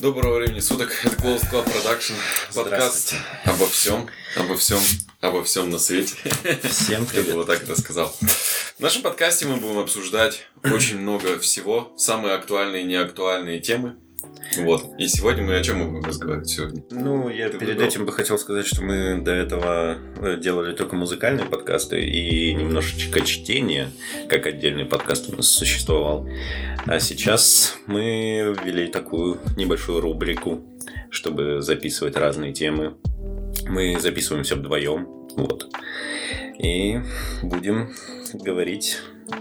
Доброго времени суток. Это Closed Club Production. Подкаст обо всем, обо всем, обо всем на свете. Всем Я привет. бы вот так это сказал. В нашем подкасте мы будем обсуждать очень много всего, самые актуальные и неактуальные темы. Вот. И сегодня мы о чем мы будем разговаривать сегодня? Ну, я Ты перед выбрал? этим бы хотел сказать, что мы до этого э, делали только музыкальные подкасты и немножечко чтения, как отдельный подкаст у нас существовал. А сейчас мы ввели такую небольшую рубрику, чтобы записывать разные темы. Мы записываемся вдвоем, вот. И будем говорить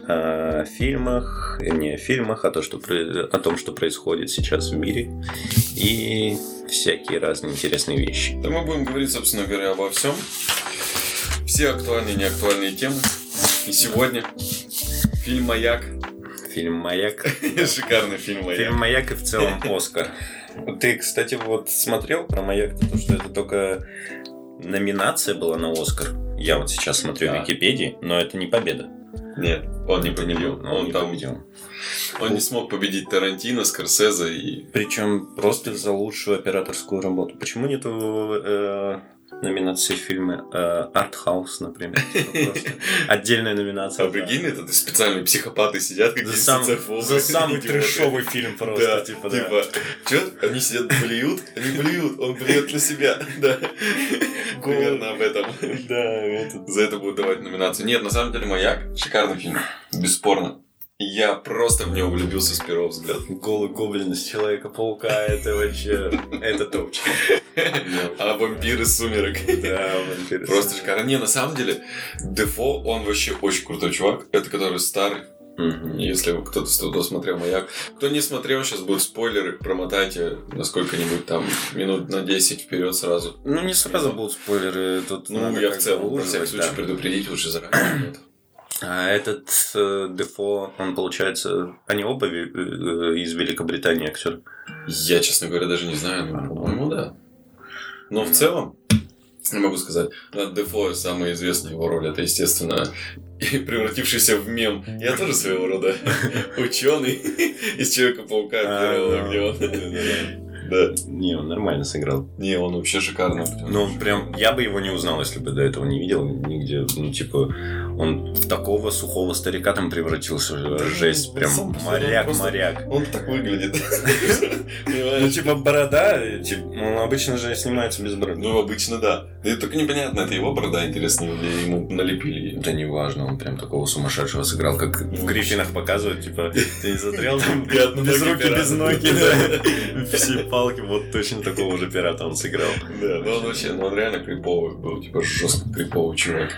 о фильмах, не о фильмах, а то, что, про- о том, что происходит сейчас в мире и всякие разные интересные вещи. Да мы будем говорить, собственно говоря, обо всем. Все актуальные и неактуальные темы. И сегодня фильм «Маяк». Фильм «Маяк». Шикарный фильм «Маяк». Фильм «Маяк» и в целом «Оскар». Ты, кстати, вот смотрел про «Маяк», потому что это только номинация была на «Оскар». Я вот сейчас смотрю Да. в Википедии, но это не победа. Нет, он не победил. Ну, Он Он не там победил. Он не смог победить Тарантино, Скорсезе и... Причем просто за лучшую операторскую работу. Почему нету э, номинации фильма э, «Артхаус», например? типа просто? Отдельная номинация. да. А Прикинь, это специальные психопаты сидят, какие За, сам- за самый трешовый фильм просто, да, типа, типа, да. чё? Они сидят, блюют, они блюют, он блюет на себя, да. Примерно об этом. Да, этот. За это будут давать номинацию. Нет, на самом деле, «Маяк» — шикарный фильм, бесспорно. Я просто в него влюбился с первого взгляда. Голый гоблин из Человека-паука, это вообще... Это топчик. А вампиры сумерок. Да, вампир. Просто шикарно. Не, на самом деле, Дефо, он вообще очень крутой чувак. Это который старый, Мгм. Если вы кто-то с трудом смотрел «Маяк». Кто не смотрел, сейчас будут спойлеры, промотайте на сколько-нибудь там минут на 10 вперед сразу. Ну, не сразу будут спойлеры. Тут Ну, надо я как в бы целом, на всякий выживать, случай, да. предупредить лучше заранее. А этот э, Дефо, он, получается... Они оба ви- э, из Великобритании актеры. Я, честно говоря, даже не знаю, но, по-моему, да. Но в Мгм. целом, не могу сказать, ну, Дефо самая известная его роль, это, естественно, и превратившийся в мем. Я тоже своего рода ученый из Человека-паука А, первого, где он. Да. Не, он нормально сыграл. Не, он вообще шикарно. Ну, прям, я бы его не узнал, если бы до этого не видел нигде. Ну, типа, он в такого сухого старика там превратился. Жесть, прям сам по себе моряк, просто- моряк. Он так выглядит. Ну, Понимаешь? типа, борода, э, типа, он обычно же снимается без бороды. Ну, обычно да. Да и только непонятно, это его борода, интересно, или ему налепили. Да неважно, он прям такого сумасшедшего сыграл, как в Гриффинах показывают, типа, ты не смотрел там без руки, без ноги, да. Все палки, вот точно такого же пирата он сыграл. Да, ну он вообще, ну он реально криповый был, типа жестко криповый чувак.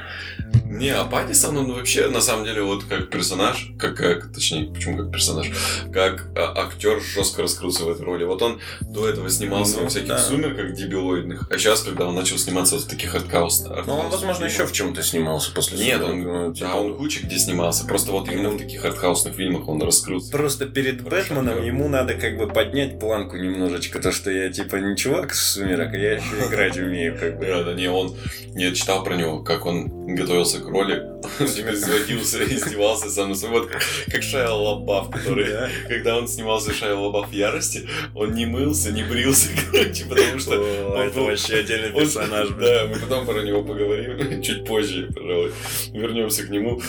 Не, а Паттисон, он вообще, на самом деле, вот как персонаж, как, как точнее, почему как персонаж, как а, актер жестко раскрылся в этой роли. Вот он до этого снимался Ну, во всяких да. сумерках дебилоидных, а сейчас, когда он начал сниматься вот в таких арткаус... Ну, он, возможно, еще в чем-то снимался после Нет, «Сумерек», ну, он, типа, а он куча где снимался. Просто вот именно в таких артхаусных фильмах он раскрылся. Просто перед Хорошо, Бэтменом да. ему надо как бы поднять планку немножечко, то что я типа не чувак с сумерок, а я еще играть умею как бы. Да, да, не, он... Я читал про него, как он готовился к роли. Он типа изводился, издевался сам на собой. Вот как- как Шайа Лабаф, который... Да. Когда он снимался Шайа Лабаф в ярости, он не мылся, не брился, короче, потому что... О, он Это был- вообще отдельный он- персонаж. блин. Да, мы потом про него поговорим чуть позже, пожалуй. Вернемся к нему.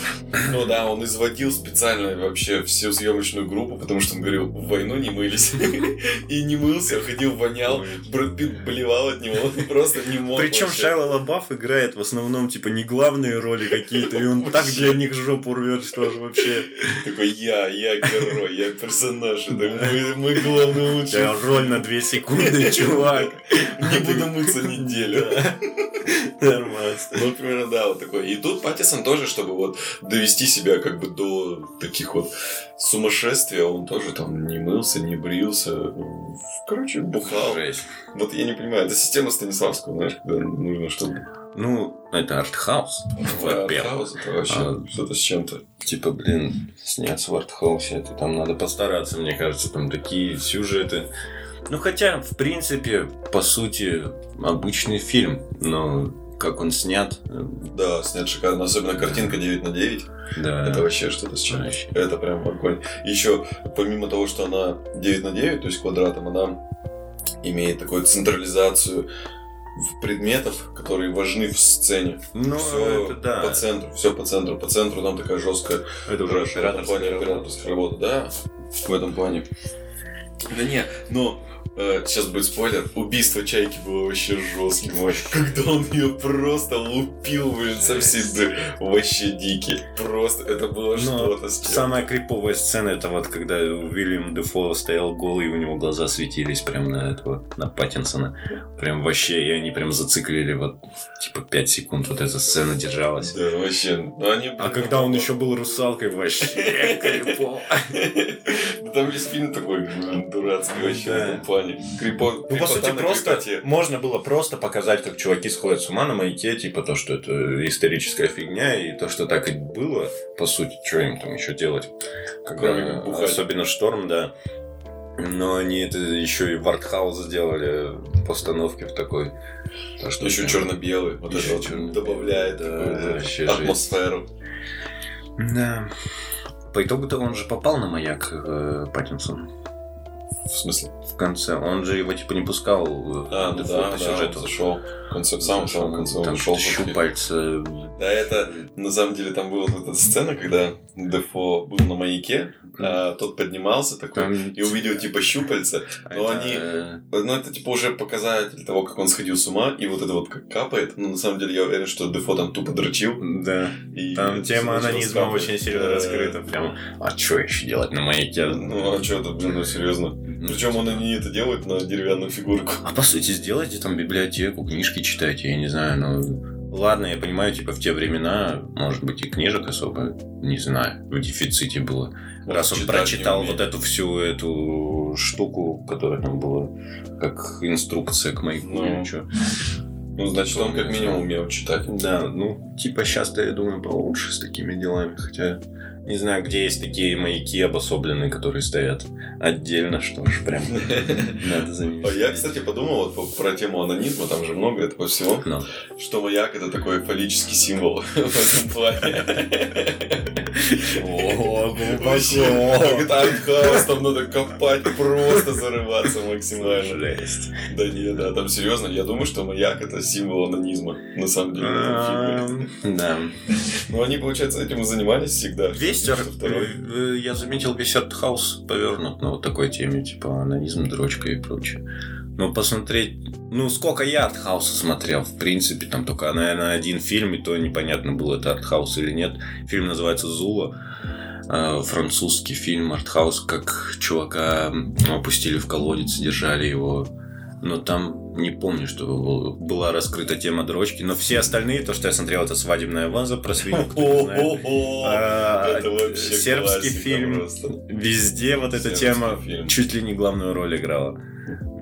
Ну да, он изводил специально вообще всю съемочную группу, потому что он говорил, в войну не мылись. И не мылся, а ходил, вонял. Брэд Питт блевал от него, он просто не мог. Причем вообще. Шайла Лабаф играет в основном типа не главные роли какие-то, и он так для них жопу рвет, что же вообще. Такой, я, я герой, я персонаж, это мы, мы главный У тебя лучший. роль на 2 секунды, чувак. Не буду мыться неделю. Нормально. Ну, примерно, да, вот такой. И тут Паттисон тоже, чтобы вот довести себя как бы до таких вот сумасшествия, он тоже там не мылся, не брился, короче, бухал. Жесть. Вот я не понимаю, это система Станиславского, знаешь, когда нужно, чтобы... Ну, это артхаус. Во-первых. Артхаус, это вообще А. что-то с чем-то. Типа, блин, сняться в артхаусе, это там надо постараться, мне кажется, там такие сюжеты. Ну, хотя, в принципе, по сути, обычный фильм, но как он снят, э, Да, снят шикарно, особенно картинка 9 на 9, да. это вообще что-то с чем-то. вообще. Это прям огонь. Еще, помимо того, что она 9 на 9, то есть квадратом, она имеет такую централизацию в предметов, которые важны в сцене. Ну, все это да. по центру, все по центру. По центру там такая жесткая Это уже операторская работа. операторская работа, да, в этом плане. Да не, но э, сейчас будет спойлер, убийство Чайки было вообще жестким, вообще. когда он ее просто лупил, блин, со всей дыры. Вообще дикий. Просто это было Но что-то с чем. Самая криповая сцена это вот когда Уильям Дефо стоял голый, и у него глаза светились прям на этого, на Паттинсона. Прям вообще, и они прям зациклили вот типа 5 секунд вот эта сцена держалась. Да, вообще. Ну, они, блин, А когда он ну, еще был русалкой, вообще крипово. Да там весь фильм такой блин, дурацкий вообще Да. в этом плане. Крипо... Ну, по крипота сути, Типа, на просто крипоте. можно было просто показать, как чуваки сходят с ума на маяке, типа то, что это историческая фигня, и то, что так и было, по сути, что им там еще делать, когда Кроме как бухать. особенно шторм, да. Но они это еще и в артхаус сделали постановки в такой. То, что Еще прям- черно-белый. Вот Ещё это вот черно-белый, добавляет да, такую, вообще да, жесть. атмосферу. Да. По итогу-то он же попал на маяк э, Паттинсон В смысле? в конце. Он же его типа не пускал э, А, ну Дефо да, по сюжету сюжету. зашел. В конце, в самом самом конце он Там зашел. щупальца. Да, это на самом деле там была вот эта сцена, когда Дефо был на маяке, а тот поднимался такой Там- и увидел типа щупальца. но это, они- э, Ну, это типа уже показатель того, как он сходил с ума, и вот это вот как капает. Но на самом деле я уверен, что Дефо там тупо дрочил. Да. и Там это тема всё началось анонизма капать. очень сильно Да. раскрыта. Прям, а что еще делать на маяке? Ну, а что это, блин, ну серьезно. Причем он и не это делает на деревянную фигурку. А по сути, сделайте там библиотеку, книжки читайте, я не знаю, ну... Ладно, я понимаю, типа, в те времена, может быть, и книжек особо, не знаю, в дефиците было. Раз он Читать не прочитал умеет. вот эту всю эту штуку, которая там была, как инструкция к маяку Ну. или чё. Ну, значит, он как минимум умел читать. Да, ну, типа, сейчас я думаю, получше с такими делами, хотя... Не знаю, где есть такие маяки обособленные, которые стоят отдельно, что ж, прям надо за ними А Я, следить. кстати, подумал вот по- про тему анонизма, там же много этого всего. Ну. что маяк это такой фаллический символ в этом плане. О, ну, Вообще, глубоко. как это артхаус, там надо копать, просто зарываться максимально. Жесть. Да нет, да, там серьезно, я думаю, что маяк это символ анонизма, на самом деле. в этом фильме. Да. Ну, они, получается, этим и занимались всегда. Весь Что второй. арт- э, я заметил, весь артхаус повернут на вот такой теме, типа анонизм, дрочка и прочее. Но посмотреть... Ну, сколько я артхауса смотрел, в принципе, там только, наверное, один фильм, и то непонятно было, это артхаус или нет. Фильм называется «Зула». Э, Французский фильм артхаус, как чувака м, опустили в колодец, держали его. Но там не помню, что был- была раскрыта тема дрочки. Но все остальные, то, что я смотрел, это «Свадебная ваза» про свинью, кто не знает. О-о-о! А, Это вообще сербский классика фильм. просто. Везде вот эта Сербский тема фильм. чуть ли не главную роль играла.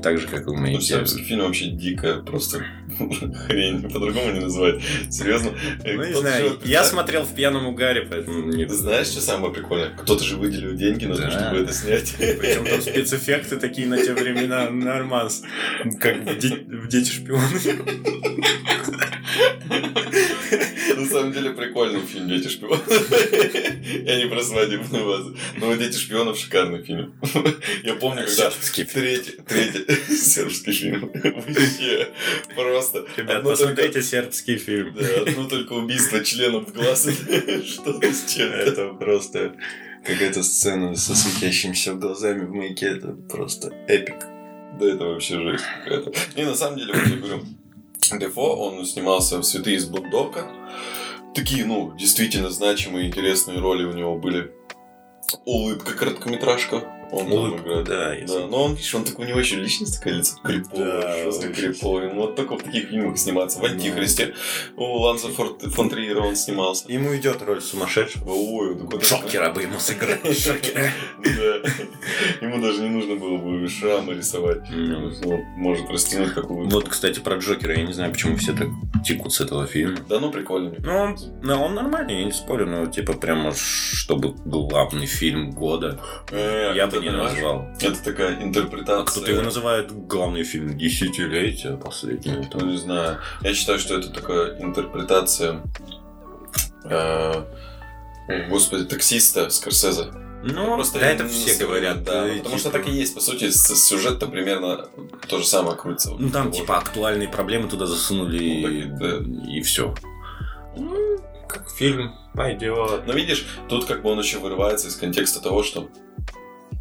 Так же, как и в Ну, «Маяке». сербский фильм вообще дикая просто хрень, по-другому не называют. Серьезно. э, Ну, не кто-то же знаю, вот я представь- смотрел в пьяном угаре, поэтому... не- Знаешь, что самое прикольное? Кто-то же выделил деньги на Да. то, чтобы это снять. Причем там спецэффекты такие на те времена, норманс. Как в, «Де- в «Дети шпионы». На самом деле прикольный фильм «Дети шпионов». Я не про свадебную базу. Но «Дети шпионов» шикарный фильм. Я помню, когда Сербский фильм. третий, третий сербский фильм. Вообще просто. Ребят, Одно только- посмотрите сербский фильм. Да, одно только убийство членов в глаз. Что-то с чем-то. Это просто какая-то сцена со светящимися глазами в маяке. Это просто эпик. Да это вообще жесть какая-то. Не, на самом деле, вот я говорю, Дефо, он снимался в «Святые из Бундока». Такие, ну, действительно значимые, интересные роли у него были. «Улыбка» короткометражка. Он там Улыбка, играет. Ну, да. я Да, но он, видишь, он такой, у него еще личность такая, лицо криповое, Да, жестко очень. криповое. Ну, вот только в таких фильмах сниматься. В Ну. «Антихристе» у Ланса Форт- фон Триера он снимался. Ему идет роль сумасшедшего. Ой, он такой- Шокера бы ему сыграть. Шокера. Да. Ему даже не нужно было бы шрамы рисовать. Он может растянуть такую Вот, кстати, про Джокера. Я не знаю, почему все так текут с этого фильма. Да ну прикольно. Ну, он, ну, он нормальный, я не спорю, но типа прямо чтобы главный фильм года, Э, я бы не назвал. Это такая интерпретация. А кто-то его называет главный фильм десятилетия последнего. Ну, там. не знаю. Я считаю, что это такая интерпретация... э, Господи, таксиста Скорсезе. Ну, Просто да, я это не все знаю, говорят. да. э, Потому что типа, так и есть. По сути, с- сюжет-то примерно то же самое крутится. Ну, там, Вот. типа, актуальные проблемы туда засунули, Ну, так и, все. Как фильм. Пойдет. Но видишь, тут как бы он еще вырывается из контекста того, что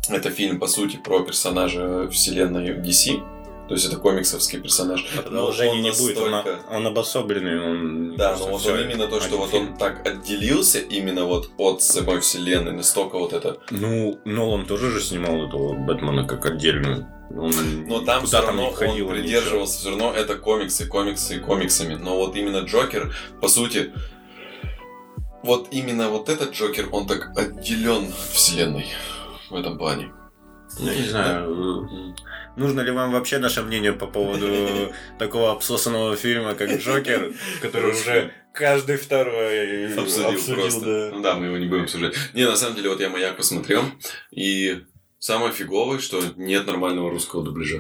это фильм, по сути, про персонажа вселенной DC. То есть это комиксовский персонаж. А Продолжения Ну, он не будет, он, настолько- он обособленный, он... Да, просто но вот всё, он именно то, что один вот фильм. он так отделился именно вот от самой вселенной, настолько вот это. Ну, Нолан тоже же снимал этого Бэтмена как отдельную. Он Но там никуда все равно входило он ничего. придерживался, все равно это комиксы, комиксы и комиксами. Но вот именно Джокер, по сути, вот именно вот этот Джокер, он так отделен от вселенной в этом плане. Ну, не знаю, э, нужно ли вам вообще наше мнение по поводу такого обсосанного фильма, как Джокер, который уже каждый второй обсудил, просто. да. Ну да, мы его не будем обсуждать. Не, на самом деле, вот я «Маяк» посмотрел, и самое фиговое, что нет нормального русского дубляжа.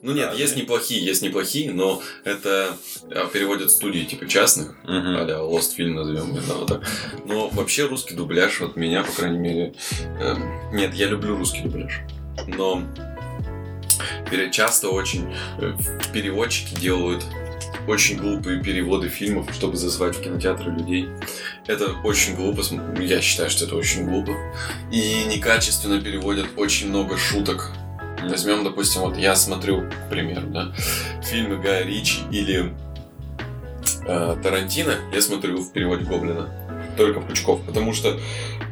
Ну нет, А, есть неплохие, есть неплохие, но это э, переводят студии типа частных, Мгм. а-ля Lost Film назовем это вот так. Но вообще русский дубляж от меня, по крайней мере, э, нет, я люблю русский дубляж, но пере- часто очень э, переводчики делают очень глупые переводы фильмов, чтобы зазвать в кинотеатры людей. Это очень глупо, см- я считаю, что это очень глупо. И некачественно переводят очень много шуток. Возьмем, допустим, вот я смотрю, к примеру, да, фильмы Гая Ричи или э, Тарантино, я смотрю в переводе Гоблина. Только Пучков. Потому что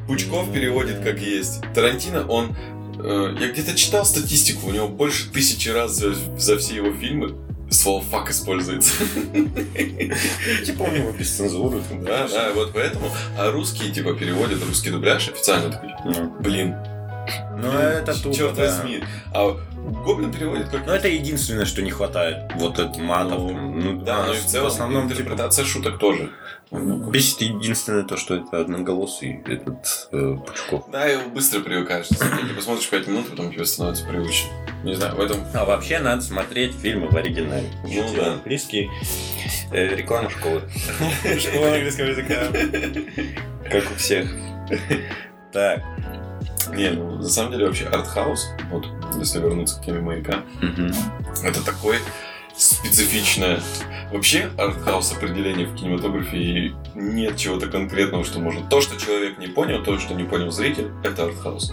Пучков переводит как есть. Тарантино, он... э, я где-то читал статистику, у него больше тысячи раз за, за все его фильмы слово «фак» используется. Типа у него без цензуры. там, Да, да, вот поэтому. А русские, типа, переводят русский дубляж официально такой, Ну, блин, Ну, это тупо, черт да. возьми. А Гоблин переводит как... Ну, это единственное, что не хватает. Вот этот матов. Ну, Ну, Да, но и в целом в основном, типа, интерпретация шуток тоже. Бесит единственное то, что это одноголосый этот э, Пучков. Да, его быстро привыкаешь. на самом деле. Посмотришь 5 минут, потом тебе становится привычно. Не знаю, в этом... А вообще надо смотреть фильмы в оригинале. Ну Учите да. английский. Э, реклама школы. Школа английского языка. Как у всех. Так. Не, ну, на самом деле вообще артхаус, вот, если вернуться к теме маяка, это такой специфичное. Вообще, артхаус определение в кинематографии нет чего-то конкретного, что можно. То, что человек не понял, то, что не понял зритель, это артхаус.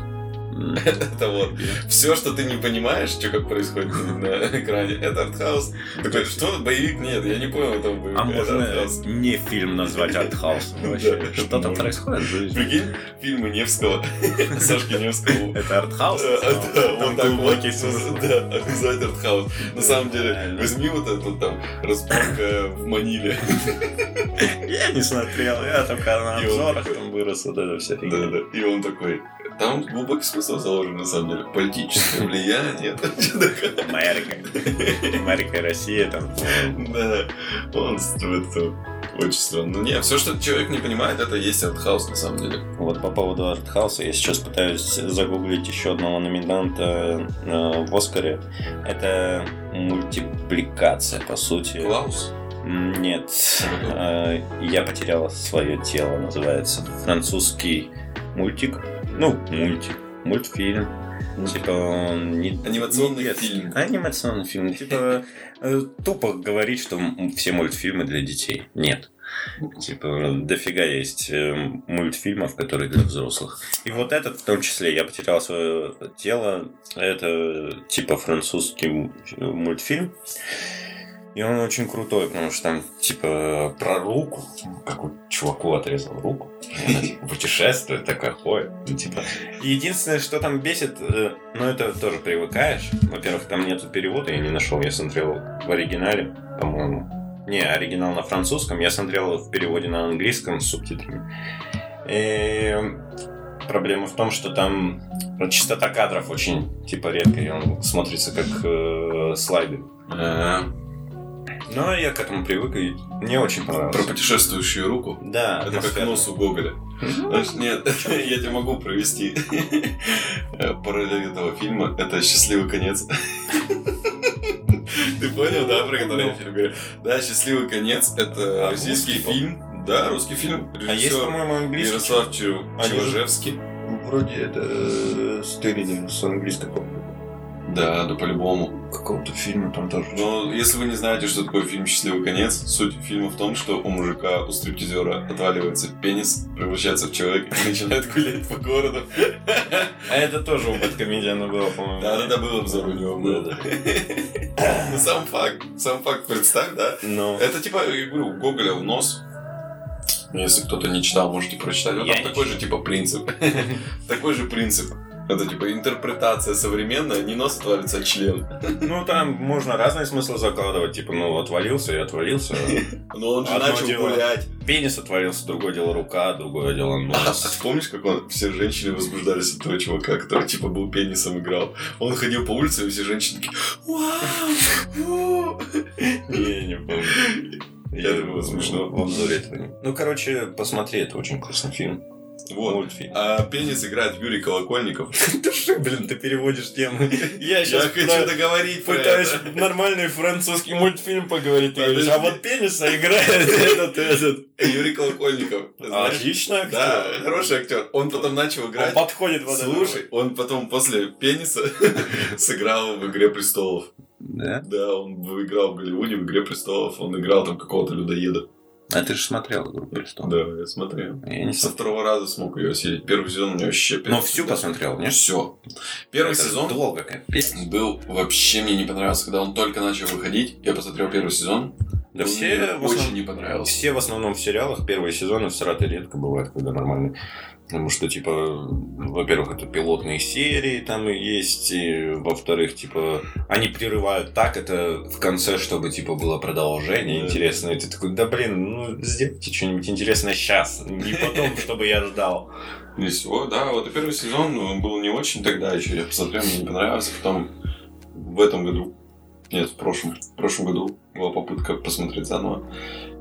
Это вот. Все, что ты не понимаешь, что как происходит на экране, это артхаус. Ты Такой, что, боевик? Нет, я не понял этого боевика. А это можно артхаус». не фильм назвать артхаусом вообще? Да. Что там происходит в жизни? Прикинь, фильмы Невского, Сашки Невского. Это артхаус? Да, да, Там вот так вот, глубокий смысл. Да, обязательно артхаус. На самом деле, Реально. возьми вот эту там разборка в Маниле. Я не смотрел, я только на И он обзорах такой. там вырос, вот это все. Да, да. И он такой, там глубокий смысл заложен, на самом деле. Политическое влияние. там что-то такое. Америка. Америка и Россия там. Да, он с- это очень странно. Ну не, все, что человек не понимает, это и есть артхаус, на самом деле. Вот по поводу артхауса, я сейчас пытаюсь загуглить еще одного номинанта э, в Оскаре. Это мультипликация, по сути. Клаус? М, Нет, Э, я потеряла свое тело, называется. Французский мультик. Ну, мультик. Мультфильм. Типа он не- Анимационный не детский. фильм. Анимационный фильм. Типа э, тупо говорить, что м- все мультфильмы для детей. Нет. Типа дофига есть э, мультфильмов, которые для взрослых. И вот этот в том числе я потерял свое тело. Это типа французский м- мультфильм. И он очень крутой, потому что там, типа, про руку. Как вот чуваку отрезал руку. И она, типа, Путешествует, такая ходит. Ну, типа. И Единственное, что там бесит, э, ну, это тоже привыкаешь. Во-первых, там нету перевода, я не нашел. Я смотрел в оригинале, по-моему. Не, оригинал на французском. Я смотрел в переводе на английском с субтитрами. И проблема в том, что там частота кадров очень, типа, редкая. и Он смотрится как э, слайды. Про Но я к этому привык, и мне очень понравилось. путешествующую руку. Да, Это как атмосфера. нос у Гоголя. Знаешь, нет, я тебе могу провести э, параллель этого фильма. Это «Счастливый конец». Ты понял, да, про который я тебе говорю? Да, «Счастливый конец» — это А, российский русский, фильм. Да, русский фильм. А есть, Режиссер по-моему, английский. А, Ну, Ярослав Чу- Они же- Чеважевский. Вроде это э, стырили с английской по- Да, да по-любому. какого-то фильма там тоже. Но Ну, если вы не знаете, что такое фильм «Счастливый конец», суть фильма в том, что у мужика, у стриптизера отваливается пенис, превращается в человека и начинает гулять по городу. А это тоже у Бэткомедиана было, по-моему. Да-да-да, был обзор у него. был. Ну, Сам факт, сам факт представь, да? Но... Это типа, я говорю, у Гоголя в нос. Ну, Если кто-то не читал, можете прочитать. Вот Я там не такой же типа принцип. Такой же принцип. Это типа интерпретация современная, не нос отвалится, а член. Ну, там можно разные смыслы закладывать. Типа, ну, отвалился и отвалился. Но он же Одно начал дело. гулять. Пенис отвалился, другое дело рука, другое дело А ты нос. помнишь, как он, все женщины возбуждались от того чувака, который типа был пенисом играл? Он ходил по улице, и все женщины такие «Вау! Вау!» Не, не помню. Я думаю, смешно. В обзоре этого не- Ну, короче, посмотри, это очень классный фильм. Вот. Мультфильм. А пенис играет Юрий Колокольников. Ты что, блин, ты переводишь темы. Я Я сейчас хочу договорить про пытаюсь это. нормальный французский мультфильм поговорить. Ты говоришь, Подожди. а вот пениса играет этот, этот. Юрий Колокольников. А, знаешь, Отлично, Да, хороший актер. Он потом начал Он играть. подходит вот этому. Слушай, он потом после пениса сыграл в «Игре престолов». Да? Да, он играл в Голливуде в «Игре престолов». Он играл там какого-то людоеда. А ты же смотрел «Игру престолов». Да, я смотрел. Я не Со смотрел. второго раза смог ее осилить. Первый сезон у меня вообще... Но всю посмотрел, нет? Все. Первый Это сезон Долго, капец. был вообще мне не понравился. Когда он только начал выходить, я посмотрел первый сезон. Да он все мне в, очень основном, ну, не понравился. все в основном в сериалах первые сезоны сраты редко бывают, когда нормально. Потому что, типа, во-первых, это пилотные серии там и есть, и, во-вторых, типа, они прерывают так это в конце, чтобы, типа, было продолжение Да. интересное. И ты такой, да, блин, ну, сделайте что-нибудь интересное сейчас, не потом, чтобы я ждал. И всего, да. Вот и первый сезон он был не очень тогда еще. Я посмотрел, мне не понравился. Потом в этом году, нет, в прошлом, в прошлом году была попытка посмотреть заново.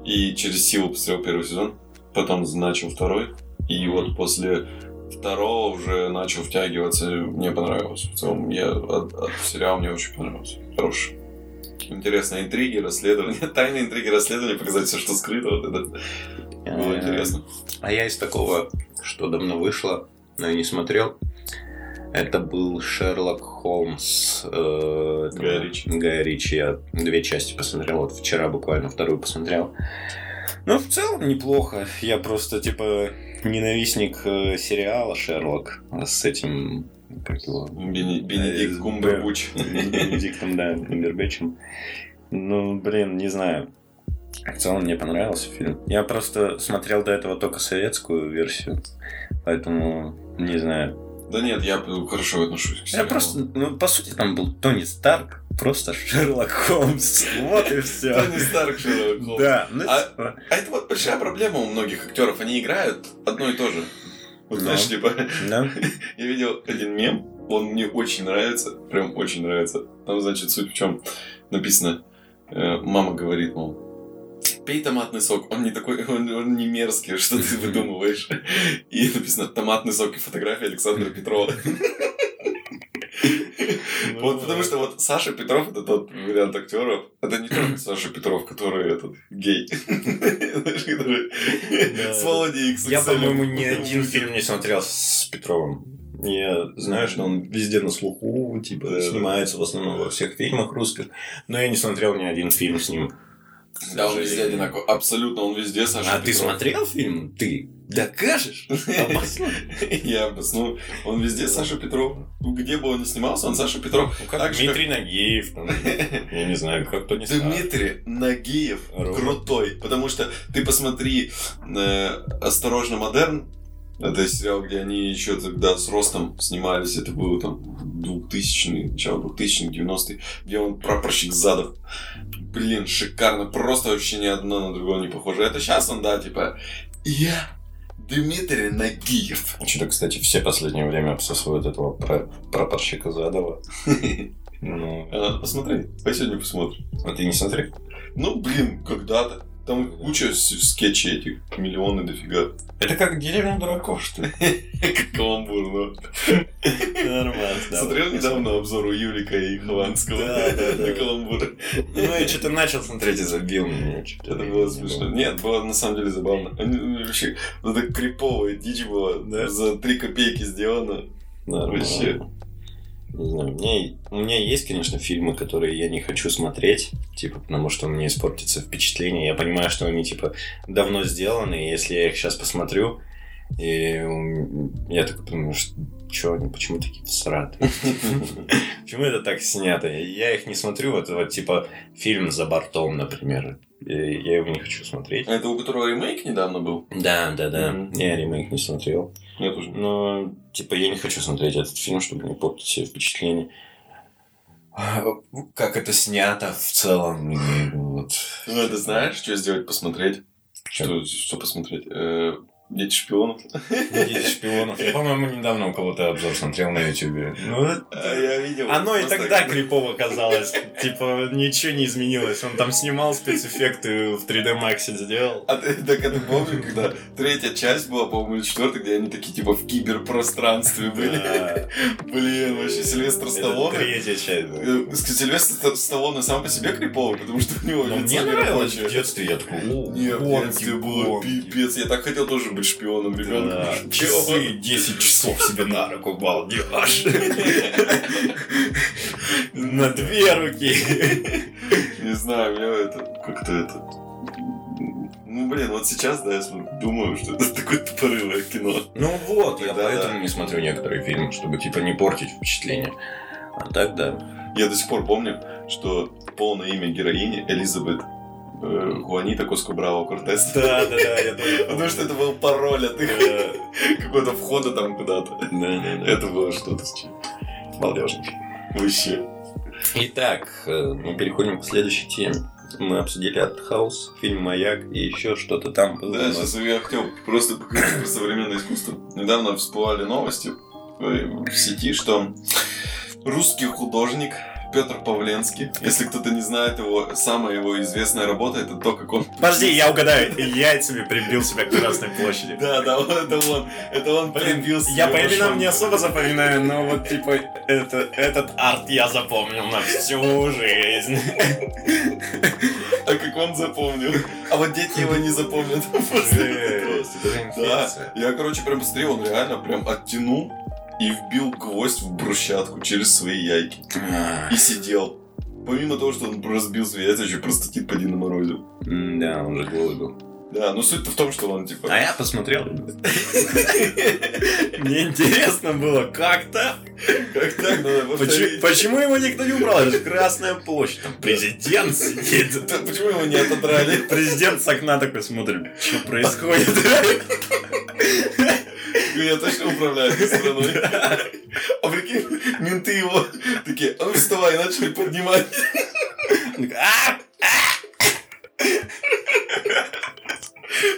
И через силу посмотрел первый сезон, потом начал второй. И вот после второго уже начал втягиваться, и мне понравилось. В целом, я, от- от- сериал мне очень понравился. Хороший. Интересные интриги, расследования. Тайные интриги, расследования, показать все, что скрыто. Вот это было интересно. А я из такого, что давно вышло, но я не смотрел. Это был Шерлок Холмс э, там, Гая Ричи. Гая Ричи. Я две части посмотрел. Вот вчера буквально вторую посмотрел. Ну, в целом неплохо. Я просто, типа, ненавистник э, сериала Шерлок с этим, как его, Бене- Э, Бенедикт да. Кумбербуч. с Бенедиктом, да, Камбербэтчем. Ну, блин, не знаю. В целом мне понравился фильм. Я просто смотрел до этого только советскую версию, поэтому не знаю. Да нет, я ну, хорошо отношусь к Я сериалу. просто, ну, по сути, там был Тони Старк, просто Шерлок Холмс. Вот и все. Тони Старк, Шерлок Холмс. Да, ну, А- типа, А это вот большая проблема у многих актеров. Они играют одно и то же. Вот Да. знаешь, типа, да. я видел один мем, он мне очень нравится, прям очень нравится. Там, значит, суть в чем написано. э, Мама говорит, мол, пей томатный сок, он не такой, он, он не мерзкий, что ты выдумываешь. И написано томатный сок и фотография Александра Петрова. Ну, Вот потому что вот Саша Петров это тот вариант актеров. Это не только Саша Петров, который этот гей. Знаешь, который С Володей XXL. Я, по-моему, ни один фильм не смотрел с Петровым. Я знаю, что он везде на слуху, типа, Да. снимается в основном во всех фильмах русских, но я не смотрел ни один фильм с ним. Да, он везде одинаково. Абсолютно, он везде Саша А ты смотрел фильм? Ты докажешь? Обоснуй. Я обосну. Он везде Саша Петров. Где бы он ни снимался, он Саша Петров. Ну, как Так же, Дмитрий Нагиев, там, я не знаю, как кто не знает. Дмитрий Нагиев Ровно. крутой, потому что ты посмотри э, «Осторожно, модерн», это сериал, где они еще тогда с Ростом снимались, это было там 2000 начало 2000 90 где он прапорщик задов. Блин, шикарно, просто вообще ни одно на другое не похоже. Это сейчас он, да, типа, я Дмитрий Нагиев. Что-то, кстати, все последнее время обсосывают этого пра- прапорщика Задова. Ну, Э, Посмотри, давай сегодня посмотрим. а ты не смотри. Ну, блин, когда-то. Там куча с- скетчей этих, миллионы дофига. Это как деревня дураков, что ли? Каламбур, да. Нормально. Смотрел недавно обзор у Юлика и Хованского Да, да, да. на каламбур. Ну, я что-то начал смотреть и забил. мне чё-то Это времени было не смешно. Нет, было на самом деле забавно. Они, ну, Вообще, ну, это криповая дичь была. Да. За три копейки сделано. Ну, Нормально. Вообще. Не знаю, у меня, у меня есть, конечно, фильмы, которые я не хочу смотреть, типа, потому что мне испортится впечатление. Я понимаю, что они, типа, давно сделаны, и если я их сейчас посмотрю, и м, я такой думаю, что чё они, почему такие всратые? Почему это так снято? Я их не смотрю, вот, вот типа, фильм «За бортом», например, и я его не хочу смотреть. А Это у которого ремейк недавно был? Да, да, да, Мгм. я ремейк не смотрел. Я тоже. Но, типа, я не хочу смотреть этот фильм, чтобы не портить себе впечатление. А, Как это снято в целом. и Вот. Ну, это знаешь, что сделать, посмотреть? Что, что посмотреть? Э, Дети шпионов. Дети шпионов. Я, по-моему, недавно у кого-то обзор смотрел на Ютубе. Ну, А, я видел. Оно ну и Просто тогда как бы- крипово казалось. Типа, ничего не изменилось. Он там снимал спецэффекты в 3D Max сделал. А ты, так а ты помнишь, когда третья часть была, по-моему, или четвертая, где они такие типа в киберпространстве были? Да. Блин, вообще Сильвестр Это Сталлоне. Третья часть. да. Э, Сильвестр Сталлоне сам по себе криповый, потому что у него Но мне лицо нравилось неработчее. в детстве, я такой, «О, Не, в гонки, детстве было гонки». пипец. Я так хотел тоже быть шпионом Да. ребенком. Часы 10 часов себе на руку, балдеж. На две руки. Не знаю, меня это как-то это... Ну, блин, вот сейчас, да, я см- думаю, что это такое тупорылое кино. Ну вот, я Да, поэтому да. не смотрю некоторые фильмы, чтобы типа не портить впечатление. А так да. Я до сих пор помню, что полное имя героини Элизабет э, Хуанита Коско Браво Кортес. Да, да, да, я тоже. Потому что это был пароль от их Да, какого-то входа там куда-то. да, да. Это было что-то с чем. балдежно. Вообще. Итак, э, мы переходим к следующей теме. Мы обсудили артхаус, фильм «Маяк» и еще что-то там Э, было. Да, у нас. сейчас я хотел просто поговорить про современное искусство. Недавно всплывали новости э, в сети, что русский художник Петр Павленский, если кто-то не знает его, самая его известная работа, это то, как он... Подожди, я угадаю. Яйцами прибил себя к Красной площади. Да, да, он- это он, это он прибил Я по себе именам ножом. не особо запоминаю, но вот типа это, этот арт я запомнил на всю жизнь. А как он запомнил. А вот дети его не запомнят. Жесть, это же Да, инфекция. я, короче, прям посмотрел, он реально прям оттянул и вбил гвоздь в брусчатку через свои яйки. А, и сидел. Помимо того, что он разбил свои яйца, еще простатит по Дино Морозу. м, Да, он же голый был. Да, но суть-то в том, что он типа... А я посмотрел. Мне интересно было, как так? Как так ну, надо Почему, повторить? почему его никто не убрал? Это же Красная площадь, там президент сидит. Да Почему его не отодрали? Президент с окна такой смотрит, что происходит. Я точно управляю этой страной. А прикинь, менты его такие, а ну вставай, и начали поднимать. А,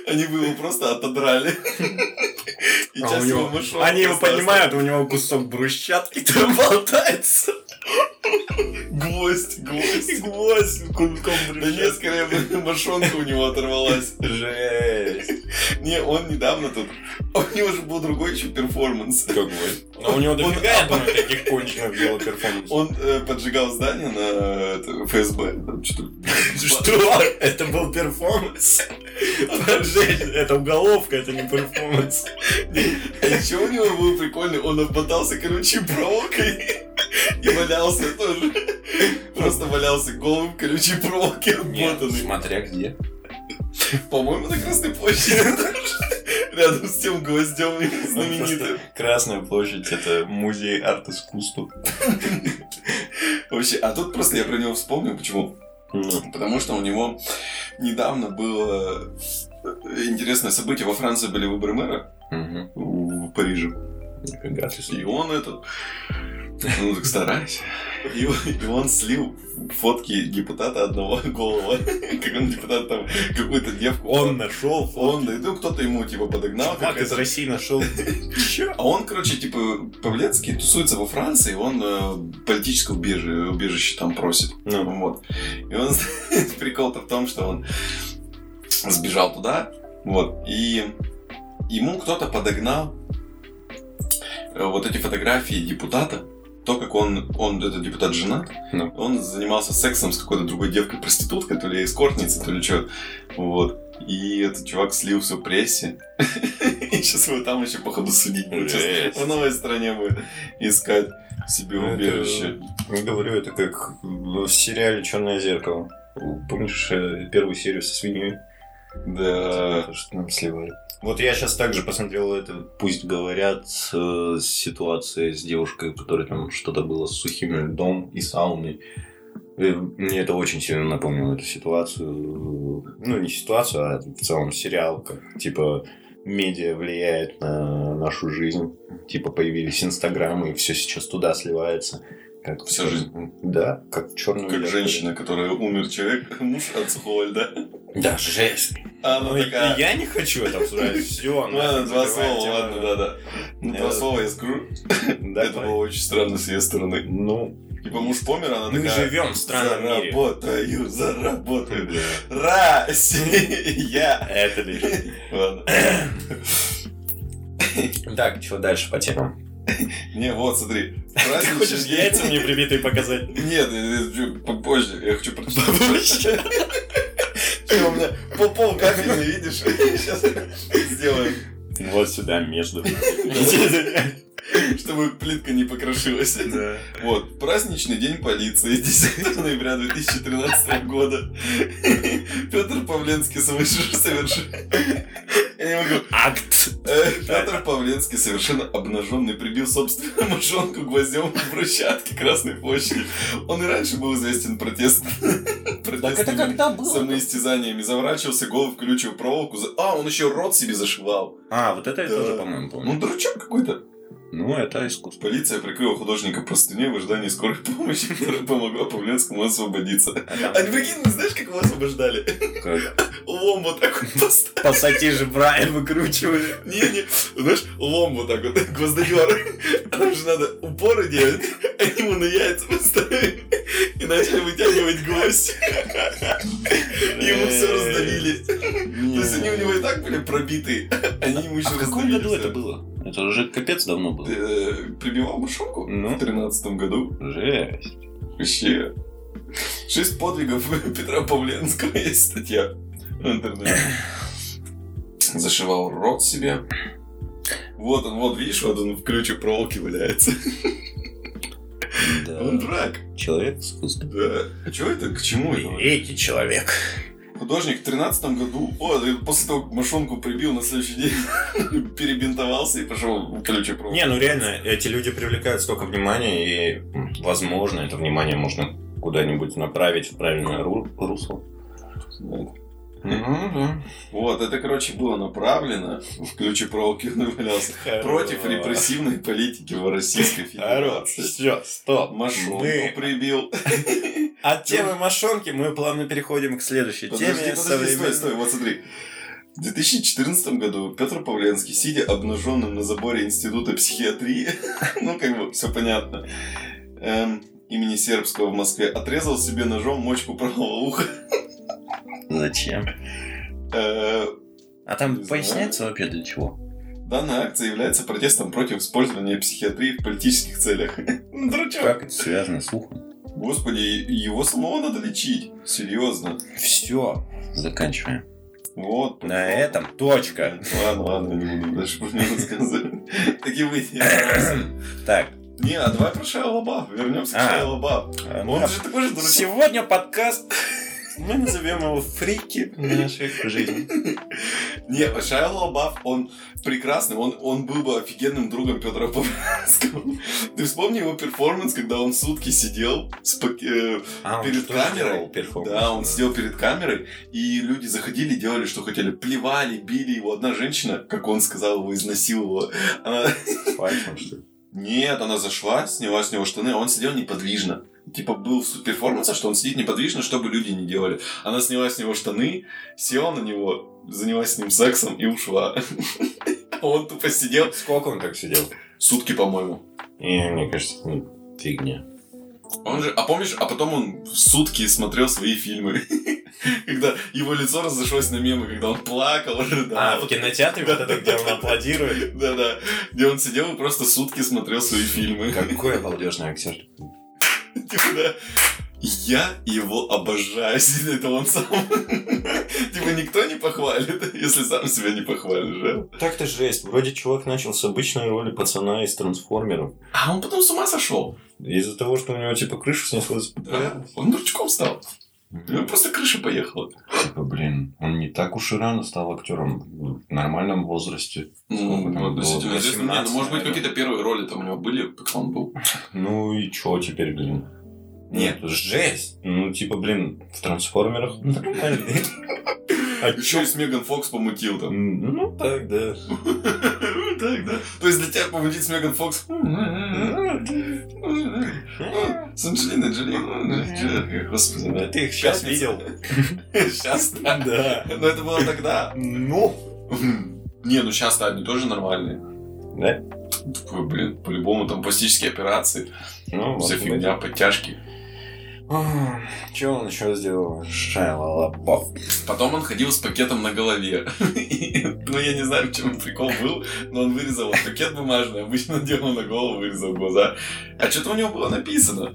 Они бы его просто отодрали. И А часть у него- его мышонка Они его осталась. поднимают, у него кусок брусчатки там болтается. Гвоздь, И гвоздь. гвоздь кульком Да нет, скорее бы мошонка у него оторвалась. Жесть. Не, он недавно тут... а У него же был другой еще перформанс. А у него дофига, дофига, я думаю, таких конченых дело перформанс. Он э, поджигал здание на э, это, ФСБ. Там что-то. Что? Это был перформанс? Поджечь, это уголовка, это не перформанс. А еще у него был прикольный, он обмотался, короче, проволокой и валялся тоже. Просто валялся голым колючей проволоке обмотанный. смотря где. По-моему, на Красной площади тоже. Рядом с тем гвоздем знаменитым. Красная площадь это музей арт-искусства. Вообще, а тут просто я про него вспомнил, почему. Ну, Потому что у него недавно было э, интересное событие. Во Франции были выборы мэра Мгм. в в Париже. Нифига ты И он этот... Ну, так старайся. И, он- и он слил фотки депутата одного голова. Как он депутат там какую-то девку. Он нашел Он, да, и, ну, кто-то ему, типа, подогнал. Чувак какая-то- из России нашел. Чё? А он, короче, типа, Павленский тусуется во Франции, он э, политическое убежи- убежище там просит. Ну. Вот. И он, прикол-то в том, что он сбежал туда, вот, и ему кто-то подогнал э, вот эти фотографии депутата, то, как он, он, этот депутат женат, Ну. он занимался сексом с какой-то другой девкой, проституткой, то ли эскортницей, то ли что, вот. И этот чувак слил все прессе. И сейчас его там еще, походу, судить будет. Сейчас Жесть. В новой стране будет искать себе Ну, это- убежище. Не говорю, это как ну, в сериале Черное зеркало. Помнишь э, первую серию со свиньей? Да. То, что нам сливали. Вот я сейчас также посмотрел это, пусть говорят, э, ситуация с девушкой, у которой там что-то было с сухим льдом и сауной. Э, Мне это очень сильно напомнило эту ситуацию. Ну, не ситуацию, а в целом сериал, как типа медиа влияет на нашу жизнь. Типа появились инстаграмы, и все сейчас туда сливается. Как Вся в чёр- жизнь. Да, как в черную Как женщина, которая умер человек, муж от сухого льда. Да, жесть. А она Ну, такая... Я не хочу это обсуждать. Все, Ладно, два слова, ладно, да-да. Ну, два Э, слова я скажу. Да, Это было очень странно с ее стороны. Ну, Типа муж помер, она мы такая... живем в странном мире. Заработаю, заработаю. Россия! Это лишь. Ладно. Так, что дальше по темам? Не, вот, смотри. Ты хочешь яйца мне прибитые показать? Нет, э, э, чё, попозже. Я хочу Попозже? Что у меня? По пол кафельный, видишь? Сейчас сделаем. Вот сюда, между. Чтобы плитка не покрошилась. Вот. Праздничный день полиции. 10 ноября 2013 года. Петр Павленский совершил... совершил- Я не могу. Акт. Петр Павленский, совершенно обнаженный, прибил собственную мошонку гвоздем в брусчатке Красной площади. Он и раньше был известен протест. протестными самоистязаниями. Заворачивался, голову включил проволоку. за- А, он еще рот себе зашивал. А, вот это я Да. тоже, по-моему, помню. Он дурачок какой-то. Ну, это искусство. Полиция прикрыла художника простыней в ожидании скорой помощи, которая помогла Павленскому освободиться. А там А ты прикинь, знаешь, как его освобождали? как- Лом вот так вот поставил. Пассатижи Брайан выкручивали. Не-не, знаешь, лом вот так вот, гвоздодер. А там же надо упоры делать, они ему на яйца поставили и начали вытягивать гвоздь. И Ему Э, все раздавили. То есть они у него и так были пробиты, они ему еще А в каком раздавили году всё. это было? Это уже капец давно было. Э, Прибивал мышонку Ну. в тринадцатом году. Жесть. Вообще. Шесть подвигов Петра Павленского есть статья в интернете. Зашивал рот себе. Вот он, вот видишь, вот он в ключе проволоки валяется. Он Да. дурак. Человек искусство. Да. Чего это? К чему это? Великий человек. Художник в тринадцатом году, о, да, после того, как мошонку прибил на следующий день, перебинтовался и пошел в ключе проволоки. Не, ну реально, эти люди привлекают столько внимания, и, м, возможно, это внимание можно куда-нибудь направить в правильное ру- русло. Ну, Вот, это, короче, было направлено в ключе проволоки он и валялся. Против репрессивной политики в Российской Хорош. Федерации. Все, стоп. Машонку Мы- прибил. От темы мошонки мы плавно переходим к следующей Подожди, теме. подожди, стой, современной. стой, вот смотри. В 2014 году Петр Павленский, сидя обнаженным на заборе Института психиатрии, ну как бы все понятно, эм, имени Сербского в Москве, отрезал себе ножом мочку правого уха. Зачем? Э, А Не там знаю. поясняется вообще для чего? Данная акция является протестом против использования психиатрии в политических целях. Ну, Дурачок. Как это связано с ухом? Господи, его самого надо лечить. Серьезно. Все, Заканчиваем. Вот. на этом точка. Ладно, ладно, не буду дальше про него рассказывать. Типа, Так и выйти. Так, Не, а давай про Шайа Лабаф. Вернемся к А. Шайа Лабаф. Э, а, ну, Он же такой же дурачок. сегодня подкаст мы назовем его фрики нашей жизни. Не, Шайа Лабаф, он прекрасный. Он, он был бы офигенным другом Петра Павленского. Ты вспомни его перформанс, когда он сутки сидел с пак- э, А, он Перед же тоже камерой? делал перформанс. Да, он сидел перед камерой, и люди заходили, делали, что хотели. Плевали, били его. Одна женщина, как он сказал, его изнасиловала. Она... Пальцем, что ли? Нет, она зашла, сняла с него штаны, а он сидел неподвижно. Типа был в перформанса, что он сидит неподвижно, что бы люди не делали. Она сняла с него штаны, села на него, занялась с ним сексом и ушла. А Он тупо сидел. Сколько он так сидел? Сутки, по-моему. И, мне кажется, ну, фигня. Он же, а помнишь, а потом он сутки смотрел свои фильмы. Когда его лицо разошлось на мемы, когда он плакал, А, рыдал. в кинотеатре вот это, где он аплодирует. Да-да. Где он сидел и просто сутки смотрел свои фильмы. Какой обалдежный актер. Типа, да. Я его обожаю. Сидит, Это он сам. Типа, никто не похвалит, если сам себя не похвалишь, а? Так-то жесть. Вроде чувак начал с обычной роли пацана из трансформеров. А он потом с ума сошел. Из-за того, что у него типа крыша снеслась. Да. Он дурачком стал. У него Типа, просто крыша поехала. Типа, блин, он не так уж и рано стал актером в нормальном возрасте. Сколько там Ну, было? относительно. известно. Не, ну, 18, может быть, наверное. какие-то первые роли там у него были, как он был. Ну и чё теперь, блин? Нет. Ну, это жесть. Ну, типа, блин, в трансформерах ну, нормально. А Еще и с Меган Фокс помутил там. Ну, так, да. Ну, Так, да. То есть для тебя побудить с Меган Фокс? М-м-м. С Анджелиной Джоли. Господи, Да, Ты их сейчас Пятница. видел? Сейчас да. Да. Но это было тогда. Ну. Не, ну сейчас-то они тоже нормальные. Да? Такой, блин, по-любому там пластические операции, Ну, вся может быть. фигня, подтяжки. А, Чё он еще сделал? Шайлалабаф. Потом он ходил с пакетом на голове. И, Ну, я не знаю, в чем прикол был, но он вырезал вот пакет бумажный, обычно делал на голову, вырезал глаза. А что-то у него было написано.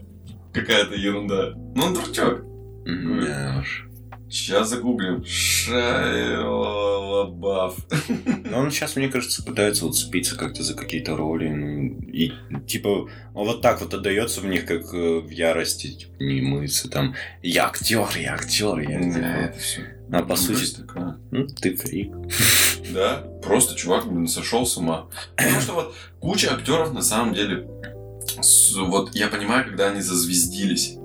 Какая-то ерунда. Ну, он дурачок. Да уж. Сейчас загуглим. Шайлобаф. Но он сейчас, мне кажется, пытается уцепиться как-то за какие-то роли. ну, И, типа, он вот так вот отдается в них, как э, в ярости. Типа, не мыться там. Я актер, я актер, я... типа». все. А по сути, ну, ты фрик. Да, просто чувак, блин, сошел с ума. Потому что вот куча актеров на самом деле, с- вот я понимаю, когда они зазвездились,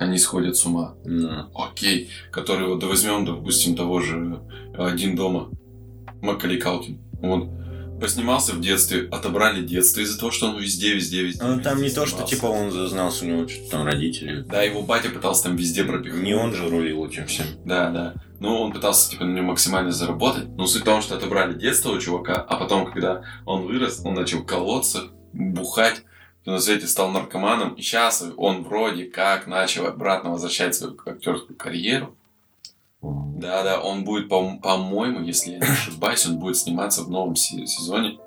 они сходят с ума. Да. Окей, который вот да возьмем, допустим, того же э, один дома, Маккали Калкин. Он поснимался в детстве, отобрали детство из-за того, что он везде, везде, везде. Ну, там везде не то, что, снимался. типа, он зазнался, у него что-то там родители. Да, его батя пытался там везде пропихнуть. Не он же рулил этим всем. Да, да. Ну, он пытался, типа, на нем максимально заработать. Но суть в том, что отобрали детство у чувака, а потом, когда он вырос, он начал колоться, бухать, на свете стал наркоманом. И сейчас он вроде как начал обратно возвращать свою актерскую карьеру. Да-да, он будет, по- по-моему, если я не ошибаюсь, он будет сниматься в новом се- сезоне.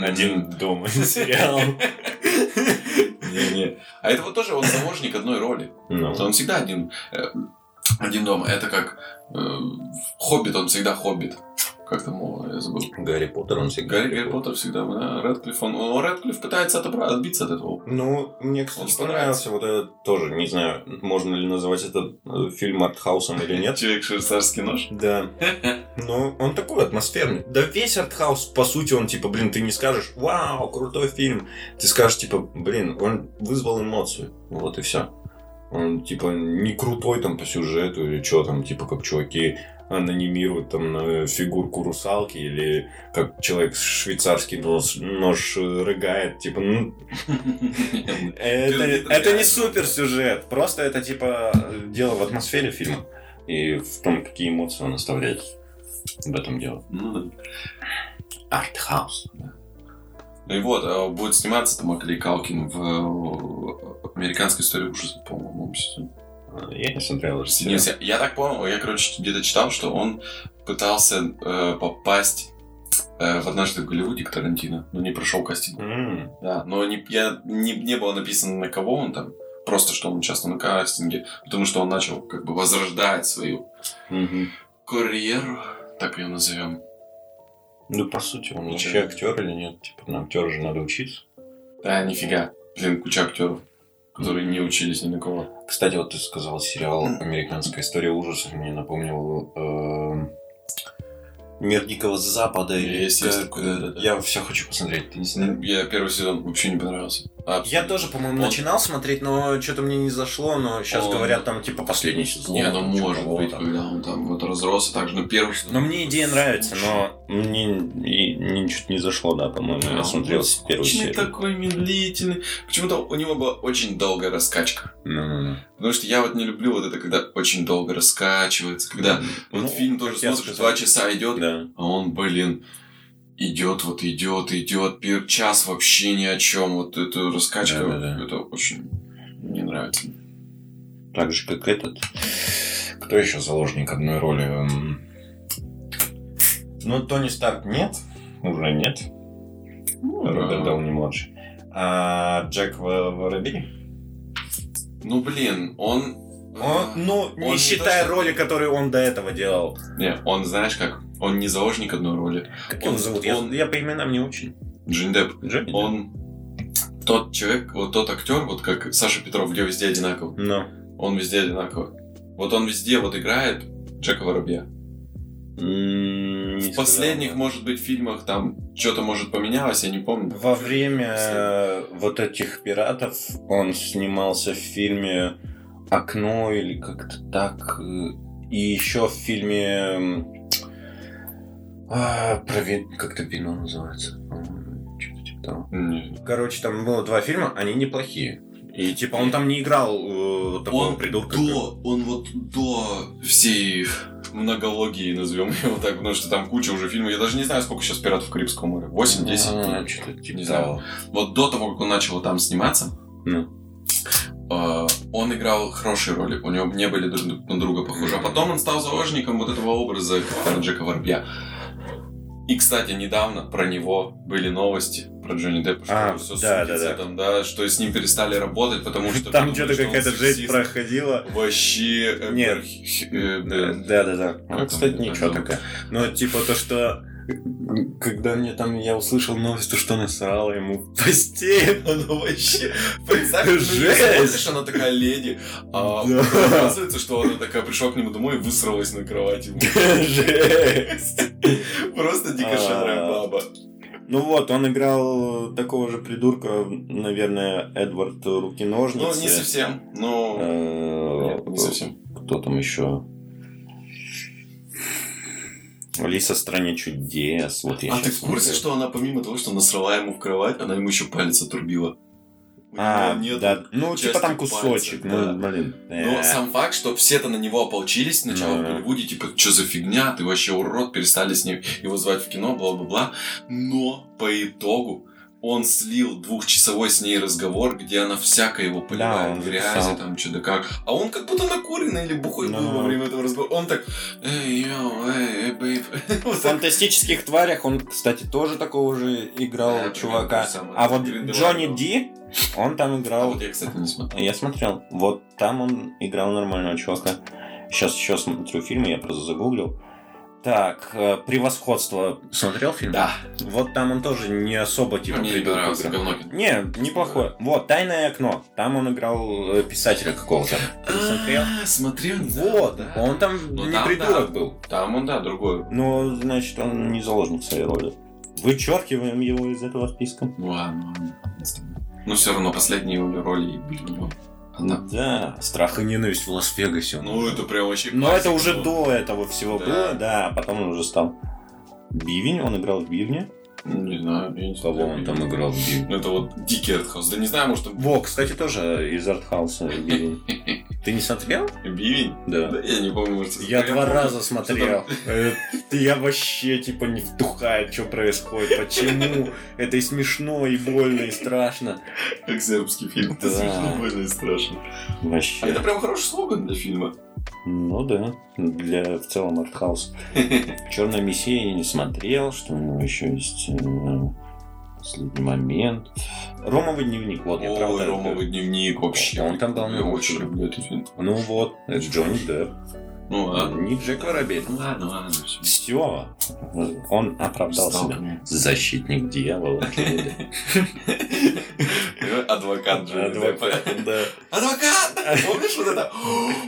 Один дома сериал. Не-не. А это вот тоже он заложник одной роли. Ну. Он всегда один, э, один дома. Это как э, хоббит, он всегда хоббит. Как там его, я забыл. Гарри Поттер, он всегда... Гарри, Гарри Поттер всегда, да, Рэдклифф, он, он- Рэдклифф пытается отобра- отбиться от этого. Ну, мне, Он кстати, понравился вот этот тоже. Не знаю, можно ли называть этот э, фильм артхаусом или нет. Человек швейцарский нож. Да. Ну, он такой атмосферный. Да весь артхаус, по сути, он типа, блин, ты не скажешь, вау, крутой фильм. Ты скажешь, типа, блин, он вызвал эмоцию. Вот и все. Он, типа, не крутой там по сюжету или что там, типа, как чуваки анонимируют там на фигурку русалки или как человек с швейцарский нож, нож э, рыгает, типа, ну, Это, Это- это не супер сюжет, просто это типа дело в атмосфере фильма и в том, какие эмоции он оставляет. В этом дело. Ну да. Артхаус. Ну и вот, э, будет сниматься там Макли Калкин в э, американской истории ужасов, по-моему, в новом сезоне. Э, Я не смотрел этот сериал. Денис, я- я так понял, я, короче, где-то читал, что он пытался э, попасть э, в однажды в Голливуде к Тарантино, но не прошел кастинг. М, Да, но не, я, не, не было написано, на кого он там. Просто, что он участвовал на кастинге. Потому что он начал как бы возрождать свою мгм. карьеру, так ее назовем. Ну, по сути, он Ну, вообще да. актер или нет? Типа, на актера же надо учиться. Да, нифига. Блин, куча актеров, которые не учились ни на кого. Кстати, вот ты сказал сериал «Американская история ужасов». Мне напомнил эм, «Мир Дикого Запада». или Есть, как-то есть такое, да, да, да. Я все хочу посмотреть. Ты не смотрел? Ну, Я первый сезон вообще не понравился. Я Абсолютно. тоже, по-моему, Он- начинал смотреть, но что-то мне не зашло, но сейчас Он- говорят, там, типа, последний сезон. Не, ну там, чё-то может было быть, там. когда он там вот разросся так же, но первый сезон. Но мне идея нравится, но мне и- мне что-то не зашло, да, по-моему. Да, Я смотрел он с первой Очень серии. такой медлительный. Почему-то у него была очень долгая раскачка. Ну-ну-ну. Потому что я вот не люблю вот это, когда очень долго раскачивается, когда Ну, вот фильм тоже как я смотришь, сказал. два часа идет, Да. а он, блин, идет, вот идет, идет, пер- час вообще ни о чем. Вот эта раскачка, Да-да-да. это очень не нравится. Так же, как этот. кто еще заложник одной роли? Эм, Ну, Тони Старк нет, уже нет. Ну, Роберт Дауни младший. А Джек Во- Воробей? Ну, блин, он... Он, ну, А, Он не не считая то, что- роли, которые он до этого делал. Не, он, знаешь как, он не заложник одной роли. Как Он- его зовут? Я- он- Я, по именам не очень. Джонни Депп. Джонни? да? Он тот человек, вот тот актер, вот как Саша Петров, где везде одинаково. Ну. Он везде одинаково. Вот он везде вот играет Джека Воробья. М, не В сказал. последних, может быть, фильмах там что-то, может, поменялось, я не помню. Во время э, вот этих пиратов он снимался в фильме «Окно» или как-то так. э, И еще в фильме... м, а, про вин- Как-то вино называется. по-моему, чё-то типа того. Не. Короче, там было два фильма, они неплохие. И типа он там не играл э, такого Он придурка. До, он вот до всей многологии, назовем его так, потому что там куча уже фильмов. Я даже не знаю, сколько сейчас «Пиратов Карибского моря». 8, 10? А, чё-то типа Не знаю. того. Вот до того, как он начал там сниматься, Ну. э, он играл хорошие роли, у него не были друг на друга похожи. А потом он стал заложником вот этого образа капитана Джека Воробья. И, кстати, недавно про него были новости, про Джонни Деппа, что А, все да, судится да, да. там, да, что с ним перестали работать, потому что... Там подумали, что-то что он какая-то жесть сексист. проходила. Вообще... э, Нет. бр- х- э, Да, да. да, да. Ну, кстати, ничего такая. Ну, типа то, что когда мне там я услышал новость, то что насрала ему в постель. Ну вообще, представь, Жесть. ты смотришь, она такая леди, а Да. оказывается, что она такая пришла к нему домой и высралась на кровати. ему. Жесть. Просто дико А. шарая баба. Ну вот, он играл такого же придурка, наверное, Эдвард Рукиножницы. Ну, не совсем, но... А, Нет, не совсем. совсем. Кто там еще? Алиса в стране чудес. Вот я А ты щас в курсе, смотрю. что она помимо того, что насрала ему в кровать, она ему еще палец отрубила? У А, него нет- да. Ну, части типа там пальца, кусочек. да. Ну, блин. Но Э. сам факт, что все-то на него ополчились сначала в Да. Голливуде, типа, что за фигня, ты вообще урод, перестали с ним его звать в кино, бла-бла-бла. Но по итогу он слил двухчасовой с ней разговор, где она всяко его поливает он в грязи, записал. там что-то как. А он как будто накуренный или бухой был Да. во время этого разговора. Он так, эй, йоу, эй, эй, бейб. В «Фантастических тварях» он, кстати, тоже такого же играл Да, примерно чувака. то же самое. А вот Гриндевальд Джонни был. Ди, он там А играл... вот я, кстати, не смотрел. Я смотрел. Вот там он играл нормального чувака. Сейчас еще смотрю фильмы, я просто загуглил. Так, э, «Превосходство». Смотрел фильм? Да, Вот там он тоже не особо типа мне не придурка понравился играл. говно кино. Не, неплохое. Вот, «Тайное окно». Там он играл э, писателя какого-то. Ты смотрел? А, Смотрел? да, Вот, да. он там Ну, не там, придурок да. был. Там он, да, другой. Но, значит, он не заложник своей роли. Вычеркиваем его из этого списка. Ну ладно, ладно. Но все равно последние его роли и были у него. Одна. Да, страх и ненависть в Лас-Вегасе. он Ну играл. это прям вообще Но это классика уже была. до этого всего Да. было, да, потом он уже стал Бивень, он играл в Бивне. Не знаю, я не Кого он там играл в Бивне? Ну это вот Дикий Артхаус. Да не знаю, может там Во, кстати, тоже из артхауса Бивень. Ты не смотрел? Бивень? Да я не помню, может... Я два помню. раза смотрел. Э, Я вообще типа не вдухаю, что происходит, почему. Это и смешно, и больно, и страшно. Как сербский фильм. Это Да. смешно, больно и страшно. А Вообще. это прям хороший слоган для фильма. Ну да, для в целом артхаус. Черная мессия я не смотрел, что у него еще есть э, последний момент. Ромовый дневник, вот я Ой, правда. Ромовый дневник вообще. Он там главный Я очень актер. люблю этот фильм. Ну вот, это Джонни Депп. Ну ладно. Не Джек Воробей. Ну ладно, ладно, все. Все, он оправдал себя. Защитник дьявола. Адвокат же. Адвокат, да. Адвокат! Помнишь вот это?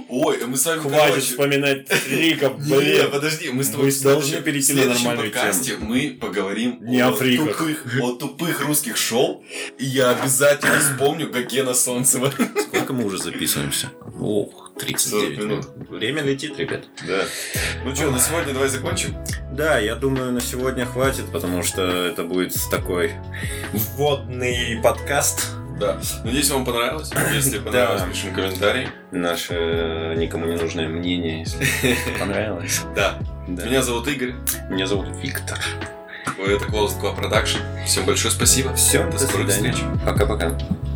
Ой, а мы с вами... Хватит короче, вспоминать Риков, Не, блин. подожди, мы с Мы тобой в должны следующем- перейти в на следующем нормальную подкасте мы поговорим Не о фриках. тупых, о тупых русских шоу. И я обязательно вспомню Гогена Солнцева. Сколько мы уже записываемся? Ох, 40 39 минут. минут. Время летит, ребят. Да. Ну что, на сегодня давай закончим. Да, я думаю, на сегодня хватит, потому что это будет такой вводный подкаст. Да. Надеюсь, вам понравилось. Если понравилось, пишем комментарий. Наше э, никому не нужное мнение, если понравилось. Да. Да. Меня зовут Игорь. Меня зовут Виктор. Это Closed Club Production. Всем большое спасибо. Все, До до скорых свидания. встреч. Пока-пока.